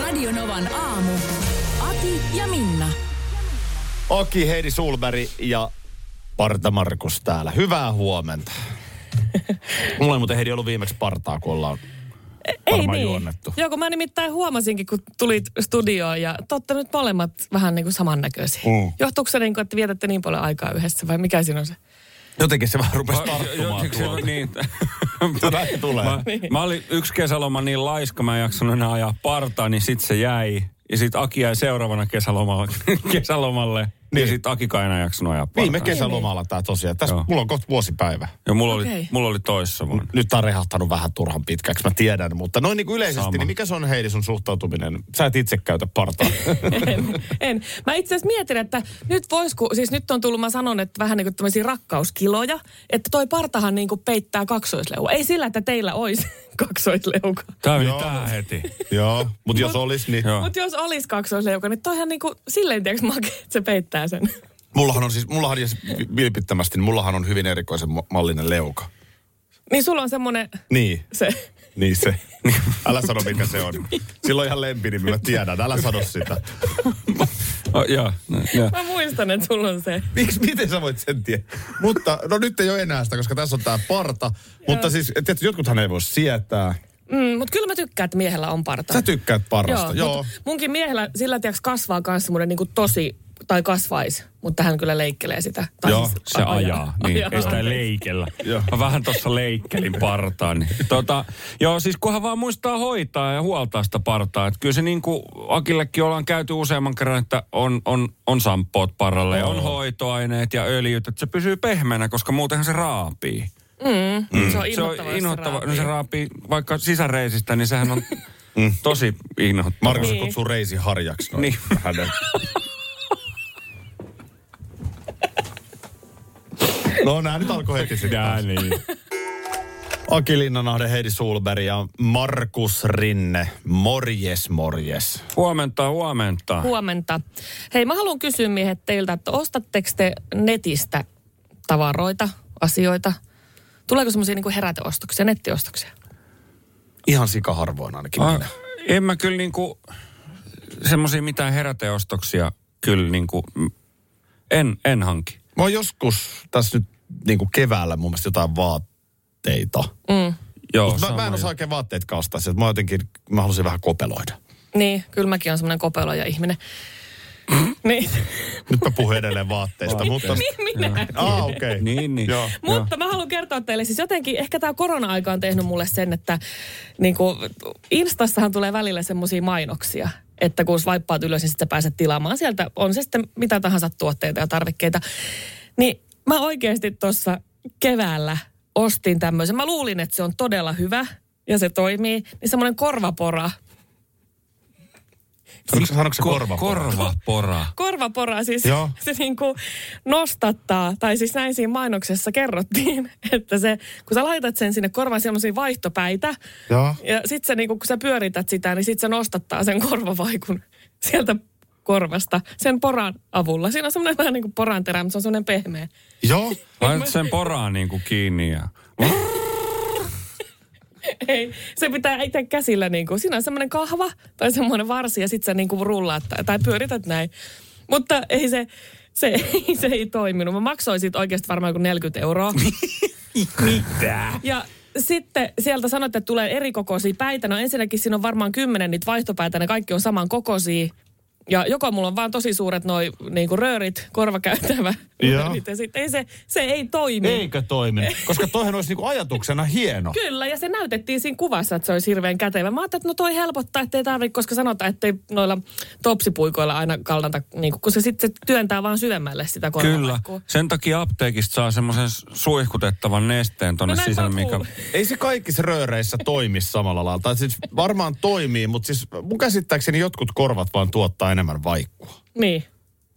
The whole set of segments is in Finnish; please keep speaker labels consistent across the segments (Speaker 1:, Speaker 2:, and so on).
Speaker 1: Radionovan aamu. Ati ja Minna.
Speaker 2: Oki, Heidi Sulberg ja Parta Markus täällä. Hyvää huomenta. Mulla ei muuten Heidi ollut viimeksi partaa, kun ollaan
Speaker 3: E-,
Speaker 2: varmaan
Speaker 3: niin.
Speaker 2: juonnettu.
Speaker 4: niin. Joo, kun mä nimittäin huomasinkin, kun tulit studioon ja totta nyt molemmat vähän niin kuin samannäköisiä.
Speaker 2: Mm.
Speaker 4: Mm. Johtuuko se niin kuin, että vietätte niin paljon aikaa yhdessä vai mikä siinä on se?
Speaker 2: Jotenkin se vaan rupesi tarttumaan
Speaker 3: Jotenkin se
Speaker 2: tuolla.
Speaker 3: on niin.
Speaker 2: Näin tulee.
Speaker 3: Mä, mä olin yksi kesäloma niin laiska, mä en jaksanut enää ajaa partaa, niin sit se jäi. Ja sit Aki jäi seuraavana kesälomalle. kesälomalle.
Speaker 2: Niin.
Speaker 3: Niin. Ja sit Akika ei enää jaksanut ajaa partaa.
Speaker 2: Viime kesälomalla tää tosiaan. Tässä
Speaker 3: Joo.
Speaker 2: mulla on kohta vuosipäivä.
Speaker 3: Ja mulla oli,
Speaker 4: Okei.
Speaker 3: okay. mulla oli toissa vuonna.
Speaker 2: Nyt tää on rehahtanut vähän turhan pitkäksi, mä tiedän. Mutta noin niin kuin yleisesti,
Speaker 3: Sama.
Speaker 2: niin mikä se on Heidi sun suhtautuminen? Sä et itse käytä partaa.
Speaker 3: No
Speaker 4: en, en. Mä itse asiassa mietin, että nyt vois, kun, siis nyt on tullut, mä sanon, että vähän niin kuin tämmöisiä rakkauskiloja, että toi partahan niin kuin peittää kaksoisleua. Ei sillä, että teillä olisi kaksoisleuka.
Speaker 3: Tää meni
Speaker 2: Joo.
Speaker 3: niin, tähän heti.
Speaker 2: Joo, mutta jos olis, niin...
Speaker 3: Joo.
Speaker 4: Mutta jos olisi kaksoisleuka, niin toihan niin kuin silleen tiedäks make, että se peittää sen.
Speaker 2: Mullahan on siis, mullahan jos vilpittömästi, niin mullahan on hyvin erikoisen ma- mallinen leuka.
Speaker 4: Niin sulla on semmoinen
Speaker 2: Niin.
Speaker 4: se
Speaker 2: Niin se. Älä sano, mikä se on. Sillä on ihan lempinimi, mä tiedän. Älä sano sitä.
Speaker 3: Oh, joo, no, joo.
Speaker 4: Mä muistan, että sulla on se.
Speaker 2: Miksi, miten sä voit sen tietää? Mutta, no nyt ei ole enää sitä, koska tässä on tää parta. Mutta siis, et tiedätkö, jotkuthan ei voi sietää.
Speaker 4: Mm, mutta kyllä mä tykkään, että miehellä on parta.
Speaker 2: Sä tykkäät parasta, joo. joo.
Speaker 4: mut Munkin miehellä sillä tiiäks kasvaa myös semmoinen niinku tosi, tai kasvaisi, mutta hän kyllä leikkelee sitä. Tai
Speaker 2: Joo,
Speaker 4: siis
Speaker 3: Se ajaa, niin ei sitä leikellä.
Speaker 2: Joo.
Speaker 3: Mä vähän tuossa leikkelin partaa. Niin. Tota, joo, siis kunhan vaan muistaa hoitaa ja huoltaa sitä partaa. Et kyllä se niin kuin Akillekin ollaan käyty useamman kerran, että on, on, on samppoot paralle, ja on hoitoaineet ja öljyt, että se pysyy pehmeänä, koska muutenhan se raapii.
Speaker 4: Mm. Se on
Speaker 3: Se on
Speaker 4: inhottavaa,
Speaker 3: inhottava,
Speaker 4: jos
Speaker 3: no se raapii vaikka sisäreisistä, niin sehän on tosi inhottava.
Speaker 2: Mm. Markus niin. kutsuu reisi harjaksi. noin.
Speaker 3: Niin.
Speaker 2: Hänen. No nää nyt alkoi heti sitten.
Speaker 3: Jää niin.
Speaker 2: Aki Linnanahde, Heidi Sulberg ja Markus Rinne. Morjes, morjes.
Speaker 3: Huomenta, huomenta.
Speaker 4: Huomenta. Hei, mä haluan kysyä miehet teiltä, että ostatteko te netistä tavaroita, asioita? Tuleeko semmoisia niinku heräteostoksia, nettiostoksia?
Speaker 2: Ihan sikaharvoin ainakin.
Speaker 3: Ah,
Speaker 2: minä.
Speaker 3: en mä kyllä niinku, semmosia mitään heräteostoksia kyllä niinku, mm, en, en hanki.
Speaker 2: Mä oon joskus tässä nyt niin kuin keväällä mun mielestä jotain vaatteita. Mm,
Speaker 3: Joo,
Speaker 2: mä,
Speaker 3: Oh, sama
Speaker 2: mä, en osaa
Speaker 3: ju-
Speaker 2: oikein vaatteetkaan ostaa sieltä. Mä jotenkin, mä halusin vähän kopeloida.
Speaker 4: Niin, kyllä mäkin on semmoinen kopeloja ihminen. niin,
Speaker 2: Nyt mä puhun edelleen vaatteista, mutta...
Speaker 4: minä.
Speaker 2: Ah, okei. Okay.
Speaker 3: Niin, niin.
Speaker 2: Joo.
Speaker 4: Mutta mä haluan kertoa teille siis jotenkin, ehkä tämä korona-aika on tehnyt mulle sen, että niin kuin, Instassahan tulee välillä semmoisia mainoksia, että kun swipeaat ylös, niin sit sä pääset tilaamaan sieltä, on se sitten mitä tahansa tuotteita ja tarvikkeita. Niin mä oikeasti tuossa keväällä ostin tämmöisen. Mä luulin, että se on todella hyvä ja se toimii. Niin semmoinen korvapora.
Speaker 2: Sanoiko sanoiko se
Speaker 3: Ko-
Speaker 2: korva?
Speaker 3: Korvapora.
Speaker 4: Korvapora siis
Speaker 2: Joo.
Speaker 4: se niin kuin nostattaa, tai siis näin siinä mainoksessa kerrottiin, että se, kun sä laitat sen sinne korvaan semmoisia vaihtopäitä,
Speaker 2: Joo.
Speaker 4: ja sit sä niinku, kun sä pyörität sitä, niin sit se nostattaa sen korvavaikun sieltä korvasta sen poran avulla. Siinä on semmoinen vähän niin kuin poran terä, mutta se on semmoinen pehmeä.
Speaker 2: Joo.
Speaker 3: Laitat sen poraan niinku kiinni ja...
Speaker 4: Ei, se pitää itse käsillä niinku. Siinä on semmoinen kahva tai semmoinen varsi ja sit sä niinku rullaat tai, tai pyörität näin. Mutta ei se, se, ei, se ei toiminut. Mä maksoin siitä oikeasti varmaan kuin 40 euroa.
Speaker 3: Mitä?
Speaker 4: Ja sitten sieltä sanoitte, että tulee erikokoisia päitä. No ensinnäkin siinä on varmaan kymmenen niitä vaihtopäitä, ne kaikki on saman kokoisia. Ja joko mulla on vaan tosi suuret noi niinku röörit, korvakäytävä.
Speaker 2: Joo.
Speaker 4: röörit, Ja sitten ei se, se ei toimi.
Speaker 2: Eikö Niin. toiminut? Koska toihan olisi niinku ajatuksena hieno.
Speaker 4: Kyllä, ja se näytettiin siinä kuvassa, että se olisi hirveän kätevä. Mä ajattelin, että no toi helpottaa, ettei tarvitse, koska sanotaan, ettei noilla topsipuikoilla aina kallanta, niin kun se sitten se työntää vaan syvemmälle sitä
Speaker 3: Kyllä.
Speaker 4: korvalakkua.
Speaker 3: Sen takia apteekista saa semmoisen suihkutettavan nesteen tonne
Speaker 4: No näin mä
Speaker 3: sisälle,
Speaker 4: oon
Speaker 3: mikä...
Speaker 4: kuullut.
Speaker 2: Ei se kaikissa rööreissä toimi samalla lailla. Tai siis varmaan toimii, mutta siis mun käsittääkseni jotkut korvat vaan tuottaa enemmän vaikkua.
Speaker 4: Niin.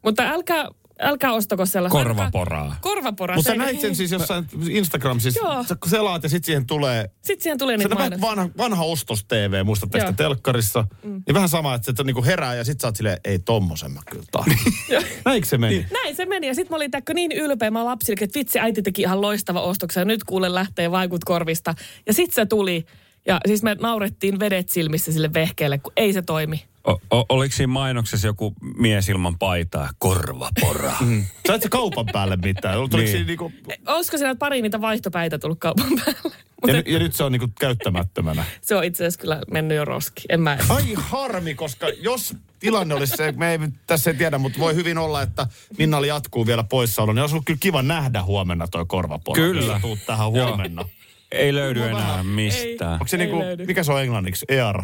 Speaker 4: Mutta älkää, älkää ostako sellaista.
Speaker 3: Korvaporaa.
Speaker 4: Korvapora.
Speaker 2: Mutta sä
Speaker 4: se-
Speaker 2: näit sen siis jossain Instagram, siis
Speaker 4: Joo.
Speaker 2: sä selaat ja sit siihen tulee
Speaker 4: Sitten siihen tulee
Speaker 2: se
Speaker 4: niitä
Speaker 2: on niinku vähän
Speaker 4: mainoksia.
Speaker 2: vanha, vanha ostos TV, muistatteko sitä
Speaker 4: Joo.
Speaker 2: telkkarissa? Mm. Niin vähän sama, että se niinku herää ja sit sä oot silleen, ei tommosen mä kyllä tarvitse. Näinkö se meni?
Speaker 4: Näin se meni ja sitten mä olin täkkö niin ylpeä, mä lapsille, että vitsi äiti teki ihan loistava ostoksen ja nyt kuule lähtee vaikut korvista. Ja sitten se tuli ja siis me naurettiin vedet silmissä sille vehkeelle, kun ei se toimi.
Speaker 3: O- o- oliko siinä mainoksessa joku mies ilman paitaa? Korvapora.
Speaker 2: Sait se kaupan päälle mitään? Tuliko
Speaker 3: Niin.
Speaker 2: niin. niinku,
Speaker 4: Olisiko siinä pari niitä vaihtopäitä tullut kaupan päälle?
Speaker 2: ja,
Speaker 4: Mutta
Speaker 2: ny- ja, nyt se on niinku käyttämättömänä.
Speaker 4: se on itse asiassa kyllä mennyt jo roski. En mä
Speaker 2: Ai harmi, koska jos tilanne olisi se, me ei tässä ei tiedä, mutta voi hyvin olla, että Minnalla jatkuu vielä poissaolo. Niin olisi ollut kyllä kiva nähdä huomenna toi korvapora.
Speaker 3: Kyllä.
Speaker 2: jos sä Tuut tähän
Speaker 3: Joo.
Speaker 2: huomenna.
Speaker 3: Ei löydy
Speaker 2: Mulla
Speaker 3: enää
Speaker 2: vähän-
Speaker 3: mistään.
Speaker 2: Onko se
Speaker 4: Ei
Speaker 2: niinku,
Speaker 4: löydy.
Speaker 2: mikä se on englanniksi? ER.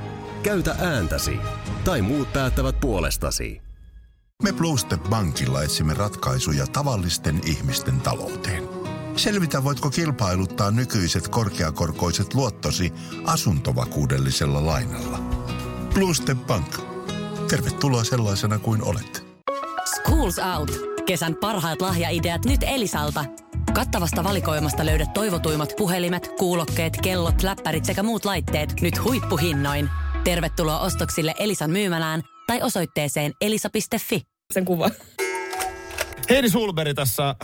Speaker 5: Käytä ääntäsi. Tai muut päättävät puolestasi.
Speaker 6: Me Pluste Bankilla etsimme ratkaisuja tavallisten ihmisten talouteen. Selvitä, voitko kilpailuttaa nykyiset korkeakorkoiset luottosi asuntovakuudellisella lainalla. Pluste Bank. Tervetuloa sellaisena kuin olet.
Speaker 1: Schools Out. Kesän parhaat lahjaideat nyt Elisalta. Kattavasta valikoimasta löydät toivotuimmat puhelimet, kuulokkeet, kellot, läppärit sekä muut laitteet nyt huippuhinnoin. Tervetuloa ostoksille Elisan myymälään tai osoitteeseen elisa.fi.
Speaker 4: sen kuvan.
Speaker 2: Heidi Sulberi tässä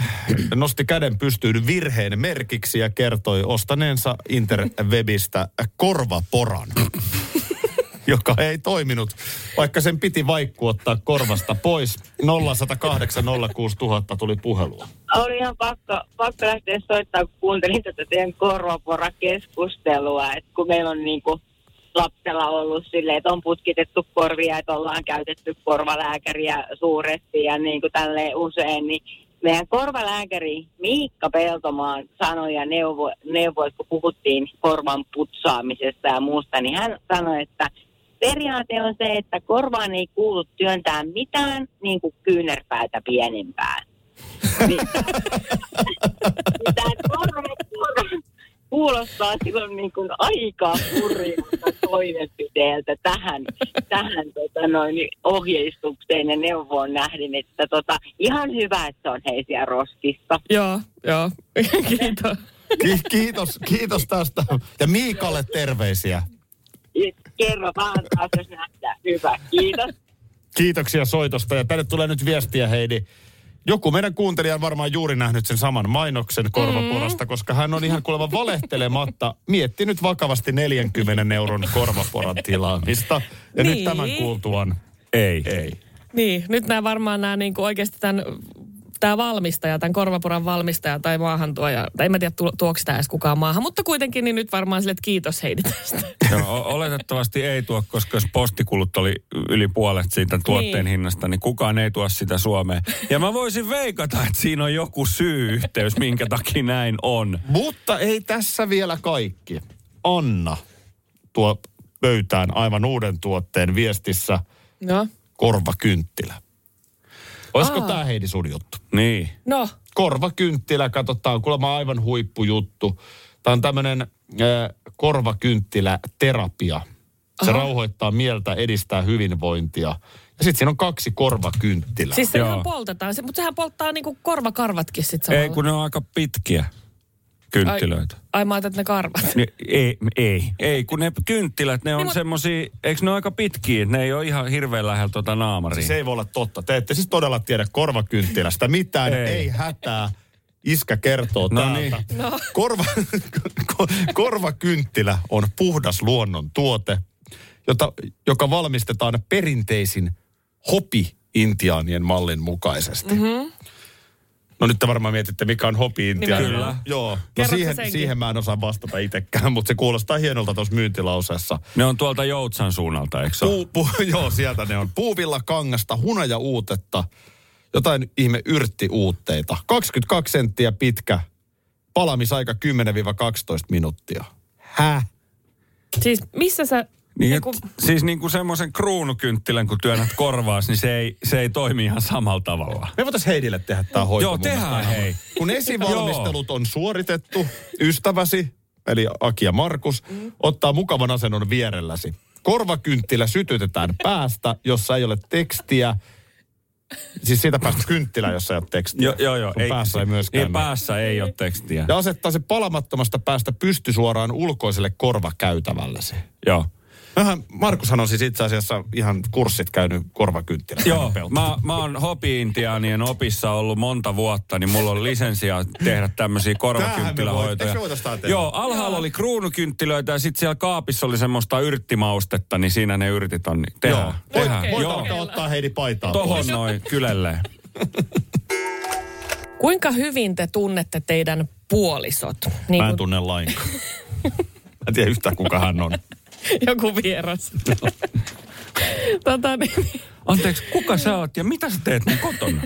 Speaker 2: nosti käden pystyyn virheen merkiksi ja kertoi ostaneensa interwebistä korvaporan, joka ei toiminut, vaikka sen piti vaikku ottaa korvasta pois. 0108 06000 tuli puhelua.
Speaker 7: oli ihan pakko, pakko lähteä soittaa, kun kuuntelin tätä teidän korvaporakeskustelua, että kun meillä on niinku lapsella ollut silleen, että on putkitettu korvia, että ollaan käytetty korvalääkäriä suuresti ja niin kuin tälleen usein, niin meidän korvalääkäri Miikka Peltomaan sanoi ja neuvo, neuvoi, kun puhuttiin korvan putsaamisesta ja muusta, niin hän sanoi, että periaate on se, että korvaan ei kuulu työntää mitään niin kuin kyynärpäätä pienempään. Niin Tämä korvakuuro kuulostaa silloin niin kuin aika hurjalta toimenpiteeltä tähän, tähän tota noin, ohjeistukseen ja neuvoon nähden, että tota, ihan hyvä, että se on heisiä roskissa.
Speaker 4: Joo, joo. Kiitos.
Speaker 2: Ki- Kiitos, kiitos tästä. Ja Miikalle terveisiä.
Speaker 7: Ja Kerro vaan taas, jos nähdään. Hyvä, kiitos.
Speaker 2: Kiitoksia soitosta ja tänne tulee nyt viestiä Heidi. Joku meidän kuuntelija on varmaan juuri nähnyt sen saman mainoksen korvaporasta, koska hän on ihan kuulemma valehtelematta miettinyt vakavasti 40 euron korvaporan tilaamista. Ja nyt
Speaker 4: Niin.
Speaker 2: tämän kuultuan
Speaker 3: Ei.
Speaker 2: ei.
Speaker 4: Niin, nyt nämä varmaan nämä niinku oikeasti tämän tämä valmistaja, tämän korvapuran valmistaja tai maahantuoja, tai en mä tiedä tu- tuoksi tämä edes kukaan maahan, mutta kuitenkin niin nyt varmaan sille, että kiitos Heidi tästä.
Speaker 3: Joo, o- oletettavasti ei tuo, koska jos postikulut oli yli puolet siitä tuotteen
Speaker 4: Niin.
Speaker 3: hinnasta, niin kukaan ei tuo sitä Suomeen. Ja mä voisin veikata, että siinä on joku syy-yhteys, minkä takia näin on.
Speaker 2: Mutta ei tässä vielä kaikki. Anna tuo pöytään aivan uuden tuotteen viestissä
Speaker 4: No,
Speaker 2: korvakynttilä. Olisiko tämä Heidi sun juttu?
Speaker 3: Niin.
Speaker 4: no,
Speaker 2: korvakynttilä, katsotaan, kuulemma aivan huippujuttu. Tämä on tämmöinen korvakynttilä-terapia. Se Aha. rauhoittaa mieltä, edistää hyvinvointia. Ja sitten siinä on kaksi korvakynttilää. Siis...
Speaker 4: siis se
Speaker 3: Joo.
Speaker 4: ihan poltetaan, se, mutta sehän polttaa niinku korvakarvatkin sitten
Speaker 3: Ei,
Speaker 4: samalla.
Speaker 3: kun ne on aika pitkiä. kynttilöitä.
Speaker 4: Ai mä ajattelin, että ne karvat.
Speaker 3: Ne, ei, ei, ei, kun ne kynttilät, ne on
Speaker 4: Niin, mut-
Speaker 3: semmosia, eikö ne ole aika pitkiä, ne ei ole ihan hirveän lähellä tuota naamaria.
Speaker 2: Siis Se ei voi olla totta. Te ette siis todella tiedä korvakynttilästä mitään. Ei,
Speaker 3: Ei.
Speaker 2: ei hätää. Iskä kertoo
Speaker 3: No
Speaker 2: täältä. No. Korva, ko- korvakynttilä on puhdas luonnon tuote, jota, joka valmistetaan perinteisin hopi-intiaanien mallin mukaisesti. Mm-hmm. No nyt te varmaan mietitte, mikä on hopi-intiaani.
Speaker 4: Niin
Speaker 3: Kyllä.
Speaker 2: Joo. No
Speaker 4: Kerrotko
Speaker 2: siihen,
Speaker 4: senkin?
Speaker 2: siihen mä en osaa vastata itsekään, mutta se kuulostaa hienolta tuossa myyntilauseessa.
Speaker 3: Ne on tuolta Joutsan suunnalta, eikö se ole?
Speaker 2: Puu, puu, joo, sieltä ne on. Puuvilla kangasta, hunaja uutetta, jotain ihme yrttiuutteita. 22 senttiä pitkä, palamisaika 10-12 minuuttia. Häh?
Speaker 4: Siis missä sä...
Speaker 3: Niin,
Speaker 4: Niin
Speaker 3: et,
Speaker 4: kun,
Speaker 3: siis niin kuin semmoisen kruunukynttilän, kun työnnät korvaas, niin se ei, se ei toimi ihan samalla tavalla.
Speaker 2: Me voitaisiin Heidille tehdä tämä hoito.
Speaker 3: Joo,
Speaker 2: mun mielestä.
Speaker 3: tehdään hei.
Speaker 2: Kun esivalmistelut on suoritettu, ystäväsi, eli Aki ja Markus, ottaa mukavan asennon vierelläsi. Korvakynttilä sytytetään päästä, jossa ei ole tekstiä. Siis siitä päästä kynttilä, jossa ei ole tekstiä.
Speaker 3: Joo, joo, joo.
Speaker 2: Sun päässä ei Niin, myöskään.
Speaker 3: Ei, niin,
Speaker 2: näe.
Speaker 3: päässä ei ole tekstiä.
Speaker 2: ja asettaa se palamattomasta päästä pysty suoraan ulkoiselle korvakäytävällesi.
Speaker 3: Joo.
Speaker 2: Mähän, Markushan on siis itse asiassa ihan kurssit käynyt korvakynttilä.
Speaker 3: Joo, mä, mä oon hopi-intiaanien opissa ollut monta vuotta, niin mulla on lisenssiä tehdä tämmöisiä
Speaker 2: Tämähän me voit-
Speaker 3: korvakynttilähoitoja.
Speaker 2: eikö me voitais tää tehdä?
Speaker 3: Joo, alhaalla oli kruunukynttilöitä ja sitten siellä kaapissa oli semmoista yrttimaustetta, niin siinä ne yrtit on. Niin tehdään,
Speaker 2: Joo. Voit,
Speaker 3: tehdään.
Speaker 2: voit
Speaker 3: Joo,
Speaker 2: alkaa ottaa Heidi paitaa pois.
Speaker 3: tohon noin kylelle.
Speaker 4: kuinka hyvin te tunnette teidän puolisot? Niin
Speaker 2: Mä en
Speaker 4: kuin
Speaker 2: tunne lainkaan. Mä en tiedä yhtään kuka hän on.
Speaker 4: joku vieras. tota, niin,
Speaker 3: Anteeksi, kuka sä oot ja mitä sä teet mun kotona?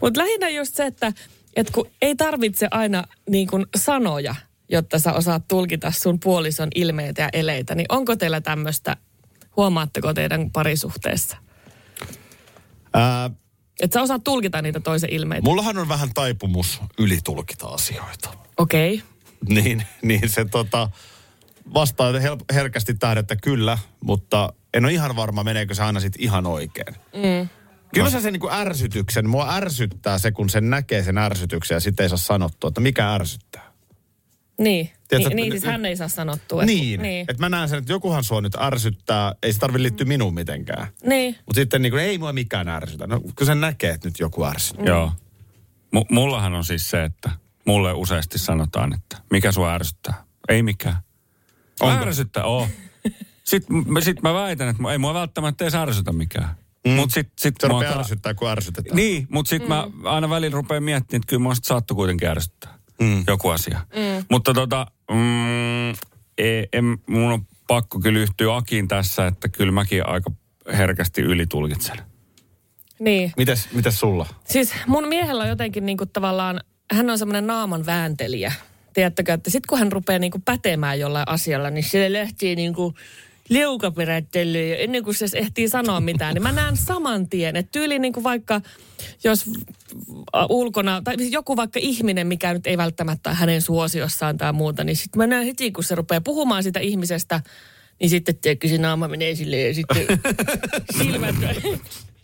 Speaker 4: Mutta lähinnä just se, että et kun ei tarvitse aina niin kun sanoja, jotta sä osaat tulkita sun puolison ilmeitä ja eleitä, niin onko teillä tämmöistä, huomaatteko teidän parisuhteessa?
Speaker 2: Ää,
Speaker 4: Että sä osaat tulkita niitä toisen ilmeitä.
Speaker 2: mullahan on vähän taipumus ylitulkita asioita.
Speaker 4: Okei. Okay.
Speaker 2: Niin, niin se tota, vastaa hel- herkästi tähän, että kyllä, mutta en ole ihan varma, meneekö se aina sit ihan oikein. Mm. Kyllä
Speaker 3: No.
Speaker 2: se se niinku ärsytyksen, mua ärsyttää se, kun sen näkee sen ärsytyksen ja sitten ei saa sanottua, että mikä ärsyttää.
Speaker 4: Niin.
Speaker 2: Tiedätkö,
Speaker 4: Ni, niin,
Speaker 2: että-
Speaker 4: siis hän ei saa sanottua. että-
Speaker 2: Niin,
Speaker 4: Niin.
Speaker 2: niin. että mä näen sen, että jokuhan sua nyt ärsyttää, ei se tarvitse liittyä minuun mitenkään.
Speaker 4: niin.
Speaker 2: Mutta sitten niinku, ei mua mikään ärsytä. No, kun sen näkee, että nyt joku ärsyttää.
Speaker 3: Joo. M- mullahan on siis se, että mulle useasti sanotaan, että mikä sua ärsyttää. Ei mikään. Onko? Ärsyttää, oo. Sitten mä, sit mä väitän, että mu- ei mua välttämättä edes ärsytä mikään. Mm. Mut sit, sit
Speaker 2: Se
Speaker 3: mua
Speaker 2: rupeaa
Speaker 3: ka-
Speaker 2: ärsyttää, kun ärsytetään.
Speaker 3: Niin, mutta sitten mm. mä aina välillä rupean miettimään, että kyllä mua sit saattoi kuitenkin ärsyttää mm. joku asia. Mm. Mutta tota, mm, ei, en, mun on pakko kyllä yhtyä Akiin tässä, että kyllä mäkin aika herkästi ylitulkitsen.
Speaker 4: Niin.
Speaker 2: Mites, mites sulla?
Speaker 4: Siis mun miehellä on jotenkin niinku tavallaan, hän on semmoinen naaman vääntelijä. Tiedättekö, että sit kun hän rupeaa niinku pätemään jollain asialla, niin sille lähtee niinku leukaperättelyä ja ennen kuin se edes ehtii sanoa mitään, niin mä näen saman tien, että tyyli niinku vaikka jos äh, ulkona, tai siis joku vaikka ihminen, mikä nyt ei välttämättä ole hänen suosiossaan tai muuta, niin sitten mä näen heti, kun se rupeaa puhumaan sitä ihmisestä, niin sitten tiedätkö, se naama menee silleen ja sitten silmät,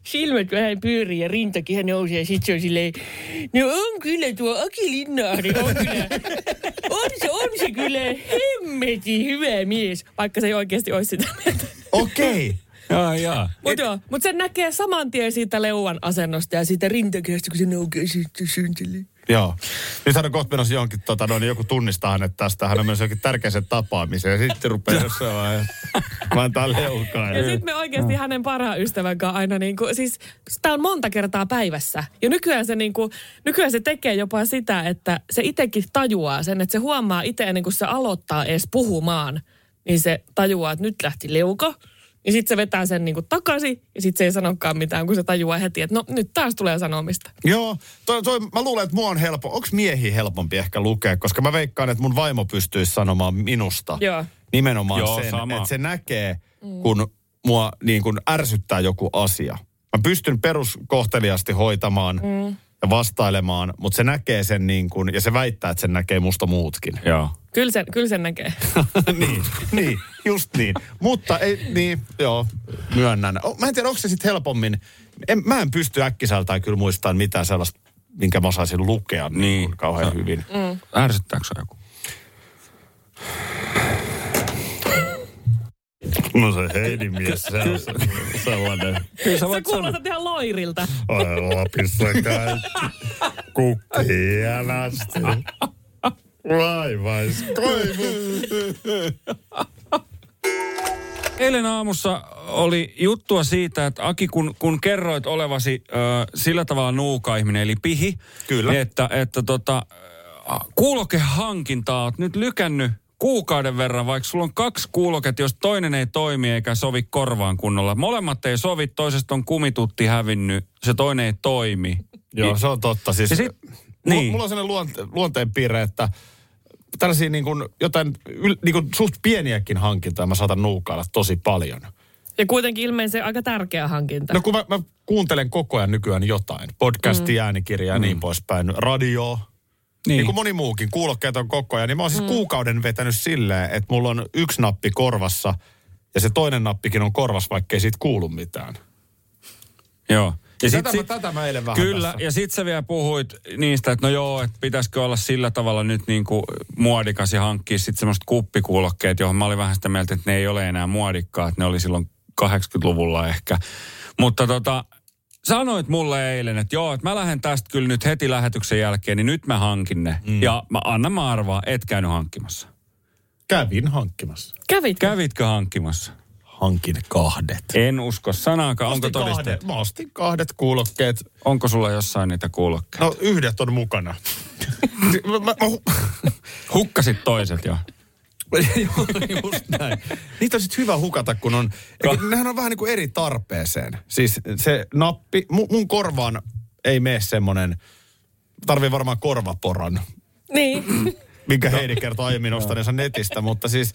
Speaker 4: silmät vähän pyörii ja rintakin nousee. Ja sit se on silleen, no on kyllä tuo Aki Linnaari, on kyllä. On se, on se kyllä hemmeti hyvä mies. Vaikka se ei oikeasti olisi sitä mieltä.
Speaker 2: Okei. Okay.
Speaker 3: Jaa, jaa.
Speaker 4: Mutta joo, mut sen näkee saman tien siitä leuan asennosta ja siitä rintakehästä, kun se nousee sitten syntyli.
Speaker 2: Joo. Nyt hän on kohta menossa johonkin, tota, no, niin joku tunnistaa hänet tästä. Hän on menossa johonkin tärkeäseen tapaamiseen. Ja sitten rupeaa jossain vaiheessa. Mä antaa leukaa.
Speaker 4: Ja
Speaker 3: Niin.
Speaker 4: sitten me oikeasti hänen parhaan ystävän kanssa aina niinku, siis sitä on monta kertaa päivässä. Ja nykyään se niinku, nykyään se tekee jopa sitä, että se itsekin tajuaa sen, että se huomaa itse ennen kuin se aloittaa edes puhumaan, niin se tajuaa, että nyt lähti leuka. Ja sitten se vetää sen niinku takaisin ja sitten se ei sanokaan mitään, kun se tajuaa heti, että no nyt taas tulee sanomista.
Speaker 2: Joo, toi, toi, mä luulen, että mua on helppo. Onko miehi helpompi ehkä lukea? Koska mä veikkaan, että mun vaimo pystyisi sanomaan minusta
Speaker 4: Joo. Mm.
Speaker 2: nimenomaan
Speaker 3: Joo,
Speaker 2: sen,
Speaker 3: sama.
Speaker 2: että se näkee, kun mua niin kun ärsyttää joku asia. Mä pystyn peruskohteliasti hoitamaan mm. ja vastailemaan, mutta se näkee sen niin kun, ja se väittää, että sen näkee musta muutkin.
Speaker 3: Joo.
Speaker 4: Kyllä sen, kyllä sen näkee.
Speaker 2: niin, niin, just niin. Mutta ei, niin, joo, myönnän. O, mä en tiedä, onko se sitten helpommin. En, mä en pysty äkkiseltään kyllä muistamaan mitään sellaista minkä mä saisin lukea niin,
Speaker 3: Niin.
Speaker 2: niin. kauhean
Speaker 3: Sä-
Speaker 2: hyvin.
Speaker 3: Ärsyttääkö se joku?
Speaker 2: No se Heidin mies, se on se- sellainen.
Speaker 3: Kyllä sä
Speaker 4: Sä
Speaker 3: voit sanoa.
Speaker 4: kuulostat ihan loirilta.
Speaker 2: Ai Lapissa käytti kukki hienosti. Vaivais koivu.
Speaker 3: Eilen aamussa oli juttua siitä, että Aki, kun, kun kerroit olevasi ö, sillä tavalla nuuka-ihminen, eli pihi,
Speaker 2: Kyllä.
Speaker 3: että, että tota, ö, kuulokehankintaa oot nyt lykännyt kuukauden verran, vaikka sulla on kaksi kuuloket, jos toinen ei toimi eikä sovi korvaan kunnolla. Molemmat ei sovi, toisesta on kumitutti hävinnyt, se toinen ei toimi.
Speaker 2: Joo, se on totta. Siis,
Speaker 3: Niin. Ja sit-
Speaker 2: niin.
Speaker 3: niin.
Speaker 2: Mulla on sellainen luonte, luonteenpiirre, että tällaisia niin kuin, jotain yl, niin kuin suht pieniäkin hankintoja mä saatan nuukailla tosi paljon.
Speaker 4: Ja kuitenkin ilmeisesti aika tärkeä hankinta.
Speaker 2: No kun mä, mä kuuntelen koko ajan nykyään jotain, podcastia, mm. äänikirjaa ja niin poispäin, radio, Niin. niin kuin moni muukin, kuulokkeet on koko ajan. Niin mä oon siis mm. kuukauden vetänyt silleen, että mulla on yksi nappi korvassa ja se toinen nappikin on korvassa, vaikkei siitä kuulu mitään.
Speaker 3: Joo. Ja
Speaker 2: Tätä mä- tätä mä eilen vähän
Speaker 3: Kyllä,
Speaker 2: tässä.
Speaker 3: ja sit sä vielä puhuit niistä, että no joo, että pitäisikö olla sillä tavalla nyt niin kuin muodikas ja hankkia sit semmoiset kuppikuulokkeet, johon mä olin vähän sitä mieltä, että ne ei ole enää muodikkaat, ne oli silloin 80-luvulla ehkä. Mutta tota, sanoit mulle eilen, että joo, että mä lähden tästä kyllä nyt heti lähetyksen jälkeen, niin nyt mä hankin ne. Mm. Ja mä anna mä arvaa, et käynyt hankkimassa.
Speaker 2: Kävin hankkimassa.
Speaker 4: Kävit.
Speaker 3: Kävitkö hankkimassa?
Speaker 2: Hankin kahdet.
Speaker 3: En usko sanaakaan. Onko
Speaker 2: Ostin
Speaker 3: todisteet?
Speaker 2: kahdet- Mä ostin kahdet kuulokkeet.
Speaker 3: Onko sulla jossain niitä kuulokkeita?
Speaker 2: No yhdet on mukana. mä, mä, mä-
Speaker 3: Hukkasit toiset jo.
Speaker 2: Joo, Just näin. Niitä on sitten hyvä hukata, kun on... Ka- nehän on vähän niin kuin eri tarpeeseen. Siis se nappi... Mun, mun korvaan ei mene semmoinen... Tarvii varmaan korvaporon,
Speaker 4: Niin.
Speaker 2: minkä Heidi kertoi aiemmin ostaneensa netistä, mutta siis...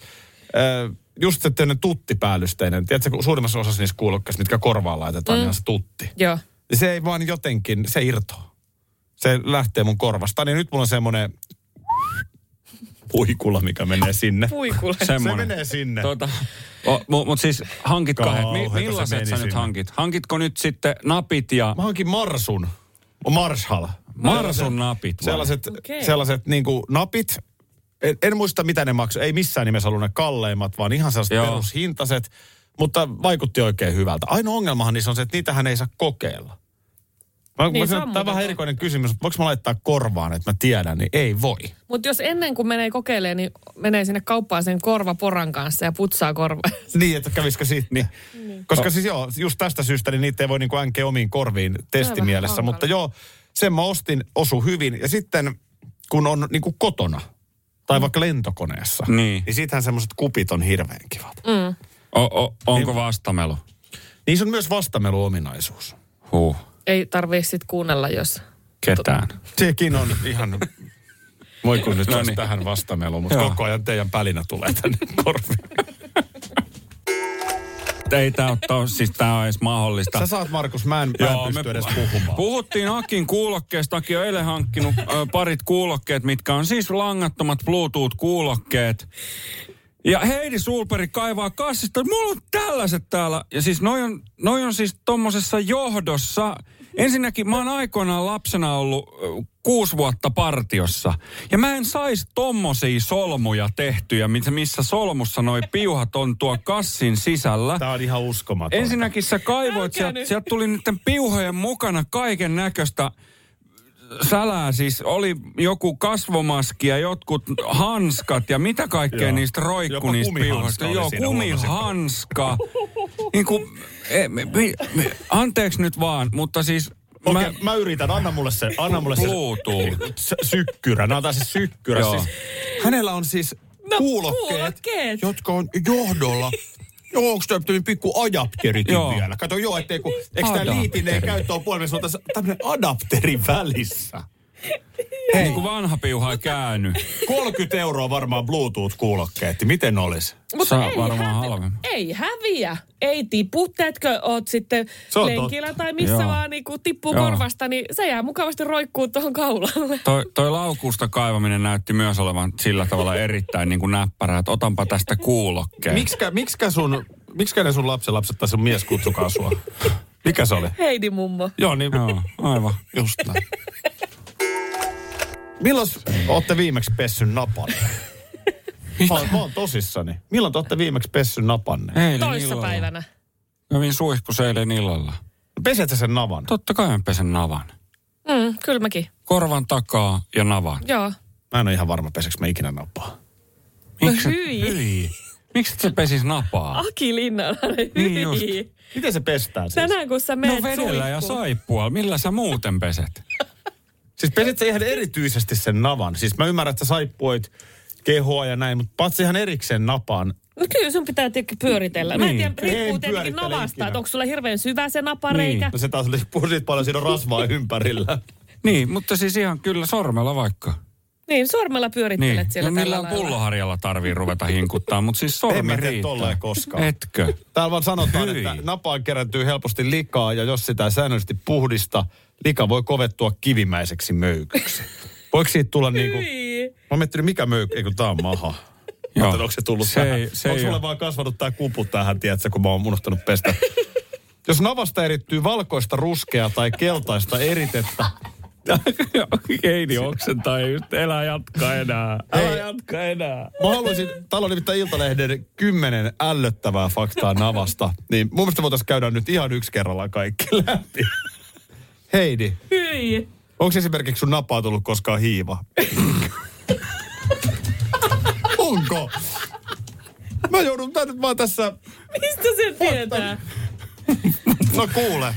Speaker 2: Äh, just se tämmöinen tuttipäällysteinen. Tiedätkö, kun suurimmassa osassa niissä kuulokkeissa, mitkä korvaan laitetaan, mm. niin on se tutti.
Speaker 4: Joo.
Speaker 2: Se ei vaan jotenkin, se irtoaa. Se lähtee mun korvasta. Niin nyt mulla on semmoinen puikula, mikä menee sinne.
Speaker 4: Puikulle.
Speaker 3: Semmoinen.
Speaker 2: Se menee sinne.
Speaker 3: Tota, o, mu, mut siis hankit kahdet. Mi,
Speaker 2: Kauheeta se meni
Speaker 3: millaiset sä nyt
Speaker 2: sinne.
Speaker 3: hankit? Hankitko nyt sitten napit ja
Speaker 2: Mä hankin Marsun. Marshall.
Speaker 3: Marsun napit? vai?
Speaker 2: Sellaiset, okay.
Speaker 4: Okei.
Speaker 2: sellaiset niin kuin napit. En, en muista, mitä ne maksoi. Ei missään nimessä ollut ne kalleimmat, vaan ihan sellaiset Joo.
Speaker 3: Joo.
Speaker 2: perushintaset. Mutta vaikutti oikein hyvältä. Ainoa ongelmahan niissä on se, että niitähän ei saa kokeilla. Mä,
Speaker 4: Niin,
Speaker 2: niin, mä
Speaker 4: se on
Speaker 2: sanon, tämä on vähän
Speaker 4: muuten totta.
Speaker 2: erikoinen kysymys, mutta voinko mä laittaa korvaan, että mä tiedän, niin ei voi.
Speaker 4: Mutta jos ennen kuin menee kokeilemaan, niin menee sinne kauppaan sen korvaporan kanssa ja putsaa korva.
Speaker 2: Niin, että kävisikö sitten. Niin. Koska siis joo, just tästä syystä niin niitä ei voi niinku änkeä omiin korviin
Speaker 4: Tämä on
Speaker 2: testimielessä.
Speaker 4: vähän
Speaker 2: Mutta joo, sen mä ostin, osu hyvin. Ja sitten kun on niinku kotona tai vaikka lentokoneessa,
Speaker 3: Niin.
Speaker 2: Mm. niin siitähän semmoiset kupit on hirveän kivat. Mm.
Speaker 3: O, o, onko vastamelu?
Speaker 2: Niissä on myös vastameluominaisuus.
Speaker 3: Huh.
Speaker 4: Ei tarvii sit kuunnella, jos...
Speaker 3: Ketään.
Speaker 2: Sekin on ihan... Voi kun nyt
Speaker 3: No
Speaker 2: no
Speaker 3: niin.
Speaker 2: tähän vastameluun, mutta
Speaker 3: Joo.
Speaker 2: koko ajan teidän pälinä tulee tänne korviin.
Speaker 3: Ei tää ole, to, siis tää on edes mahdollista.
Speaker 2: Sä saat, Markus, mä en, mä en pysty edes puhumaan.
Speaker 3: Puhuttiin Akin kuulokkeesta. Aki on eilen hankkinut ö, parit kuulokkeet, mitkä on siis langattomat Bluetooth-kuulokkeet. Ja Heidi Sulperi kaivaa kassista, mulla on tällaiset täällä. Ja siis noi on, noi on siis tommosessa johdossa. Ensinnäkin mä oon aikoinaan lapsena ollut ö, kuusi vuotta partiossa. Ja mä en saisi tommosia solmuja tehtyjä, missä- missä solmussa noi piuhat on tuo kassin sisällä.
Speaker 2: Tää on ihan uskomaton.
Speaker 3: Ensinnäkin sä kaivoit,
Speaker 4: Älkää
Speaker 3: sieltä
Speaker 4: nyt.
Speaker 3: sielt tuli niiden piuhojen mukana kaiken näköistä sälää. Siis oli joku kasvomaski ja jotkut hanskat ja mitä kaikkea
Speaker 2: Joo.
Speaker 3: Joo. niistä roikku
Speaker 2: Jopa
Speaker 3: niistä
Speaker 2: kumihanska
Speaker 3: piuhoista.
Speaker 2: oli
Speaker 3: Joo,
Speaker 2: siinä,
Speaker 3: kumihanska. niin kuin, e, me, me, me, anteeksi nyt vaan, mutta siis
Speaker 2: Okei, siis-
Speaker 3: mä,
Speaker 2: mä, mä yritän. Anna mulle se. Anna mulle se.
Speaker 3: Bluetooth.
Speaker 2: S- Sykkyrä. No, tai se sykkyrä.
Speaker 3: Joo.
Speaker 2: Siis, hänellä on siis
Speaker 4: No,
Speaker 2: kuulokkeet,
Speaker 4: kuulokkeet.
Speaker 2: jotka on johdolla. Joo, onko tämä pikku adapterikin
Speaker 3: Joo.
Speaker 2: vielä? Kato, joo, ettei kun, eikö tämä
Speaker 3: Adapteri.
Speaker 2: liitinen käyttö on puolimessa, mutta tämmöinen adapteri välissä.
Speaker 3: Hei. Niin kuin vanha piuha ei käynyt.
Speaker 2: 30 euroa varmaan Bluetooth-kuulokkeet. Miten olisi?
Speaker 3: Saa
Speaker 4: ei
Speaker 3: varmaan
Speaker 4: hävi-
Speaker 3: halvemmin.
Speaker 4: Ei häviä. Ei tipu. Teetkö, oot sitten
Speaker 2: Se on
Speaker 4: lenkillä tai missä
Speaker 3: Joo.
Speaker 4: Joo. vaan niin kun tippuu
Speaker 3: Joo.
Speaker 4: Joo. korvasta, niin se jää mukavasti roikkuu tuohon kaulalle.
Speaker 3: Toi, toi laukusta kaivaminen näytti myös olevan sillä tavalla erittäin niin kuin näppärää, että otanpa tästä kuulokkeen.
Speaker 2: Miksikä, miksikä, sun, miksikä ne sun lapsenlapset tai sun mies kutsukaa sua? Mikä se oli?
Speaker 4: Heidi mummo.
Speaker 2: Joo, niin
Speaker 3: Joo, aivan.
Speaker 2: just näin. Milloin olette viimeksi pessyn napanne? Mä oon, mä oon tosissani. Milloin te olette viimeksi pessyn napanne?
Speaker 3: Eilen
Speaker 4: Toissa
Speaker 3: illalla.
Speaker 4: päivänä.
Speaker 3: Kävin suihkussa eilen illalla.
Speaker 2: Pesetkö sen navan?
Speaker 3: Totta kai mä pesen navan.
Speaker 4: Mm, kyllä mäkin.
Speaker 3: Korvan takaa ja navan.
Speaker 4: Joo.
Speaker 2: Mä en ole ihan varma, peseekö mä ikinä napaa.
Speaker 3: Miksi?
Speaker 4: No hyi. Ah,
Speaker 3: hyi. Miksi et sä pesis napaa? No
Speaker 4: Aki Linnanlainen.
Speaker 3: Niin just.
Speaker 4: hyi.
Speaker 2: Miten se pestää siis?
Speaker 4: Tänään kun sä
Speaker 3: No
Speaker 4: menet
Speaker 3: vedellä ja
Speaker 4: suihkuun.
Speaker 3: saippualla. Millä sä muuten peset?
Speaker 2: Siis pesit sä ihan erityisesti sen navan. Siis mä ymmärrän, että sä saippuoit kehoa ja näin, mutta patsi ihan erikseen napaan.
Speaker 4: No kyllä sun pitää tietenkin pyöritellä. Mä en tiedä,
Speaker 3: Niin.
Speaker 4: riippuu
Speaker 2: Ei
Speaker 4: tietenkin
Speaker 2: pyörittele
Speaker 4: navasta,
Speaker 2: ikinä.
Speaker 4: että onko sulla hirveän syvä se napareikä.
Speaker 2: No se taas oli pusit paljon, siinä on rasvaa ympärillä.
Speaker 3: Niin, mutta siis ihan kyllä sormella vaikka.
Speaker 4: Niin, sormella pyörittelet
Speaker 3: Niin.
Speaker 4: siellä
Speaker 3: Ja
Speaker 4: tällä
Speaker 3: millään
Speaker 4: lailla.
Speaker 3: pulloharjalla tarvii ruveta hinkuttaa, mutta siis
Speaker 2: En
Speaker 3: sormi
Speaker 2: mä tee
Speaker 3: riittää.
Speaker 2: tolleen koskaan.
Speaker 3: Etkö?
Speaker 2: Täällä vaan sanotaan,
Speaker 3: Hyi.
Speaker 2: että napaan kerääntyy helposti likaa ja jos sitä ei säännöllisesti puhdista, lika voi kovettua kivimäiseksi möykyksi. Voiko siitä tulla niinku...
Speaker 4: Hyi.
Speaker 2: Mä oon miettinyt, mikä möyky, ei kun tää on maha. Mä
Speaker 3: Joo.
Speaker 2: ajattelin, onko se tullut
Speaker 3: Se ei-
Speaker 2: tähän?
Speaker 3: se
Speaker 2: onko
Speaker 3: ei
Speaker 2: sulle
Speaker 3: oo.
Speaker 2: vaan kasvanut tää kupu tähän, tiedätkö, kun mä oon unohtanut pestä? Jos navasta erittyy valkoista, ruskeaa tai keltaista eritettä,
Speaker 3: Heidi oksentaa ja just elää jatka enää. Älä jatka enää.
Speaker 2: Mä haluaisin, täällä on nimittäin Iltalehden kymmenen ällöttävää faktaa navasta. Niin mun mielestä voitaisiin käydä nyt ihan yksi kerrallaan kaikki läpi. Heidi,
Speaker 4: Hyi.
Speaker 2: onko esimerkiksi sun napaa tullut koskaan hiiva? Onko? Mä joudun tää nyt vaan tässä...
Speaker 4: Mistä se tietää?
Speaker 2: No kuule,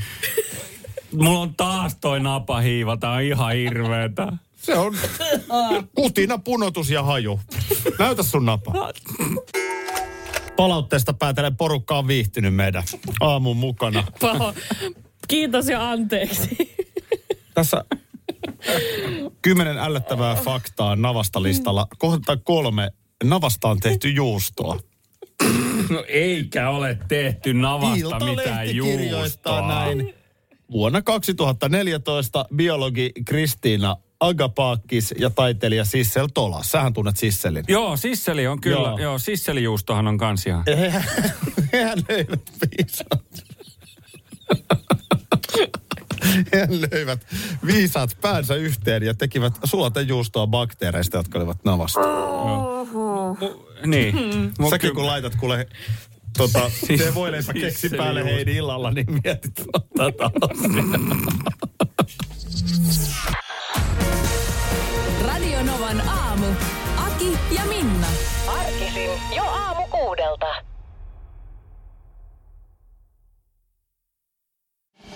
Speaker 3: Mulla on taas toi napahiiva, tää on ihan hirveetä.
Speaker 2: se on kutina, punotus ja haju. Näytä sun napa. Palautteesta päätellen porukka on viihtynyt meidän aamun mukana.
Speaker 4: Paho. Kiitos ja anteeksi.
Speaker 2: Tässä kymmenen ällöttävää faktaa Navasta listalla. Kohta kolme. Navasta on tehty juustoa.
Speaker 3: No eikä ole tehty navasta mitään juustoa.
Speaker 2: Vuonna 2014 biologi Kristiina Agapakis ja taiteilija Sissel Tola. Sähän tunnet Sisselin.
Speaker 3: Joo, sisseli on kyllä.
Speaker 2: Joo.
Speaker 3: Joo, joo sisselijuustohan on kans ihan.
Speaker 2: Hehän, hehän löivät viisaat. Hehän löivät viisaat päänsä yhteen ja tekivät sulatejuustoa bakteereista, jotka olivat navasta.
Speaker 3: Niin. Mut
Speaker 2: Säkin kun
Speaker 3: kyllä-
Speaker 2: laitat kuule tota,
Speaker 3: Siis-
Speaker 2: se voi leipä keksi
Speaker 3: siis-
Speaker 2: päälle
Speaker 3: juuri.
Speaker 2: Heidi illalla, niin mietit tätä
Speaker 1: Radio Novan aamu. Aki ja Minna.
Speaker 8: Arkisin jo aamu kuudelta.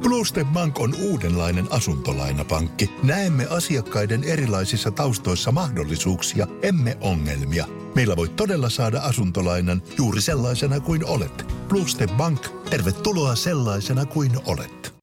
Speaker 6: Bluestep Bank on uudenlainen asuntolainapankki. Näemme asiakkaiden erilaisissa taustoissa mahdollisuuksia, emme ongelmia. Meillä voi todella saada asuntolainan juuri sellaisena kuin olet. Bluestep Bank, tervetuloa sellaisena kuin olet.